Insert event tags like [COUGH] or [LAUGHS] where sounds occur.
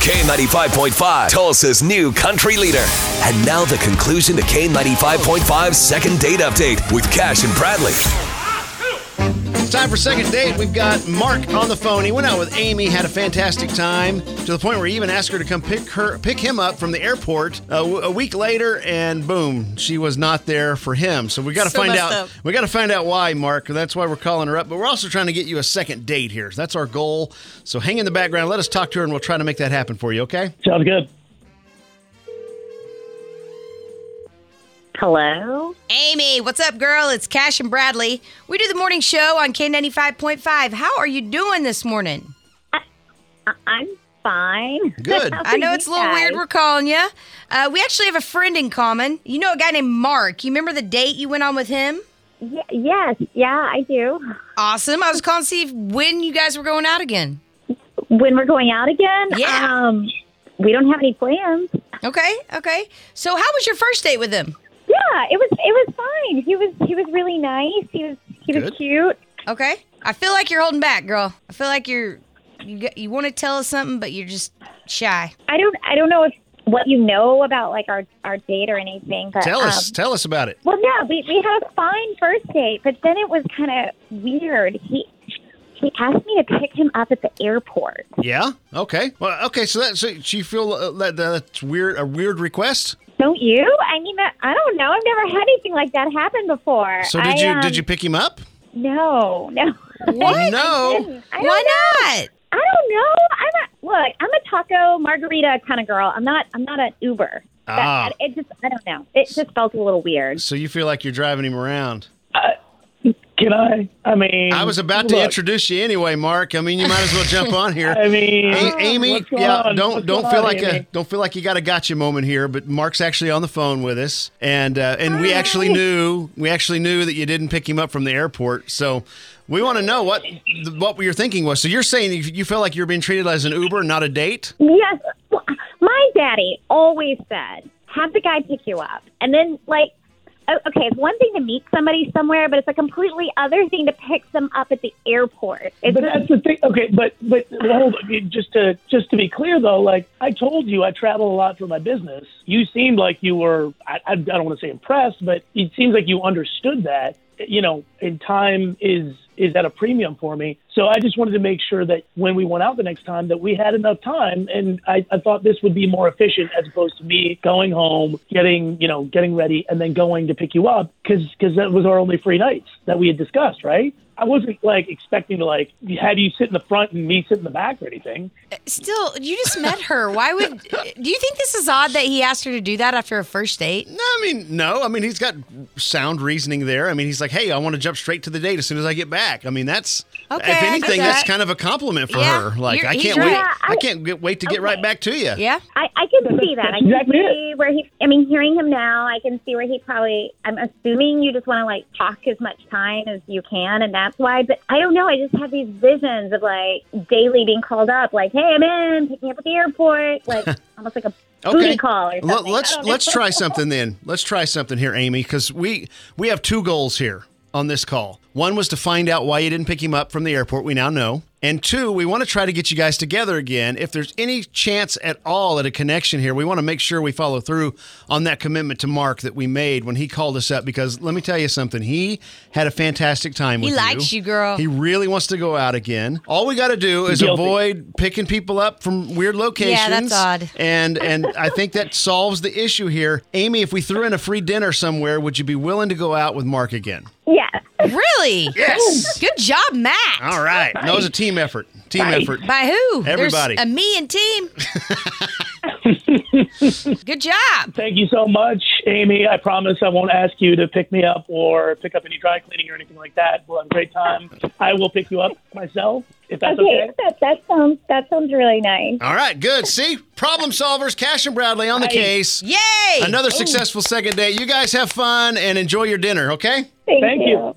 K95.5, Tulsa's new country leader. And now the conclusion to K95.5's second date update with Cash and Bradley. It's time for second date. We've got Mark on the phone. He went out with Amy, had a fantastic time to the point where he even asked her to come pick her, pick him up from the airport a, w- a week later, and boom, she was not there for him. So we got to So find out. messed up. We got to find out why, Mark. That's why we're calling her up. But we're also trying to get you a second date here. That's our goal. So hang in the background. Let us talk to her, and we'll try to make that happen for you. Okay? Sounds good. Hello. Amy, what's up, girl? It's Cash and Bradley. We do the morning show on K95.5. How are you doing this morning? I- I'm fine. [LAUGHS] Good. How I know are it's a you little weird guys? we're calling you. Uh, we actually have a friend in common. You know a guy named Mark. You remember the date you went on with him? Y- yes. Yeah, I do. Awesome. I was calling to see if- when you guys were going out again. When we're going out again, Yeah. um, we don't have any plans. Okay, okay. So, how was your first date with him? Yeah, it was it was fine. He was he was really nice. He was he was Good. cute. Okay. I feel like you're holding back, girl. I feel like you're you got- you want to tell us something, but you're just shy. I don't I don't know if what you know about like our our date or anything, but Tell us. um, Tell us about it. Well, yeah, we we had a fine first date, but then it was kind of weird. He he asked me to pick him up at the airport. Yeah. Okay. Well. Okay. So that. So she feel uh, that that's weird. A weird request. Don't you? I mean, I don't know. I've never had anything like that happen before. So did I, you um, did you pick him up? No, no. [LAUGHS] What? I No. didn't. I don't Why know. not? I don't know. I'm a look. I'm a taco margarita kind of girl. I'm not. I'm not an Uber. That- Ah. it just. I don't know. It just felt a little weird. So you feel like you're driving him around. Can I? I mean, I was about to look, introduce you anyway, Mark. I mean, you might as well jump on here. [LAUGHS] I mean, A- Amy, what's going yeah, on? don't What's don't going feel on, like a Amy? don't feel like you got a gotcha moment here, but Mark's actually on the phone with us, and uh, and we actually knew we actually knew that you didn't pick him up from the airport, so we want to know what what your thinking was. So you're saying you- you felt like you're being treated as an Uber, not a date? Yes. Well, my daddy always said, "Have the guy pick you up," and then like, o- okay, it's one thing to meet somebody somewhere, but it's a completely other thing to pick them up at the airport. It's But just- that's the thing. Okay, but but hold on. You- Just to just to be clear though, like I told you, I travel a lot for my business. You seemed like you were. I, I don't want to say impressed, but it seems like you understood that. You know, and time is is at a premium for me. So I just wanted to make sure that when we went out the next time, that we had enough time. And I, I thought this would be more efficient as opposed to me going home, getting you know, getting ready, and then going to pick you up because that was our only free nights that we had discussed, right? I wasn't like expecting to like have you sit in the front and me sit in the back or anything. Still, you just met her. Why would? Do you think this is odd that he asked her to do that after a first date? No, I mean no. I mean he's got sound reasoning there. I mean he's like, hey, I want to jump straight to the date as soon as I get back. I mean that's Okay, I if get anything, that's that. kind of a compliment for Yeah, her. Like you're- I he's can't wait. right. Yeah, I, I- can't get, wait to get right back to you. Yeah. I, I can see that. I can Exactly it. see where he. I mean, hearing him now, I can see where he probably. I'm assuming you just want to like talk as much time as you can, and that's why. But I don't know. I just have these visions of like daily being called up, like, "Hey, I'm in. Pick me up at the airport." [LAUGHS] Like almost like a booty call or something. Let- let's I don't know. let's [LAUGHS] [LAUGHS] try something then. Let's try something here, Amy, because we we have two goals here on this call. One was to find out why you didn't pick him up from the airport. We now know. And two, we want to try to get you guys together again. If there's any chance at all at a connection here, we want to make sure we follow through on that commitment to Mark that we made when he called us up. Because let me tell you something, he had a fantastic time He with likes you, girl. He really wants to go out again. All we got to do is Guilty. avoid picking people up from weird locations. odd. And and I think that solves the issue here. Amy, if we threw in a free dinner somewhere, would you be willing to go out with Mark again? Yes. Really? Yes. Good job, Matt. All right. That was a team effort. Team effort. By who? There's [LAUGHS] Everybody. a me and team. Good job. Thank you so much, Amy. I promise I won't ask you to pick me up or pick up any dry cleaning or anything like that. We'll have a great time. I will pick you up myself if that's okay. Okay, [LAUGHS] that, that sounds that sounds really nice. All right, good. See, problem solvers, Cash and Bradley on the case. Yay! Another successful second day. You guys have fun and enjoy your dinner, okay? Thank, Thank you.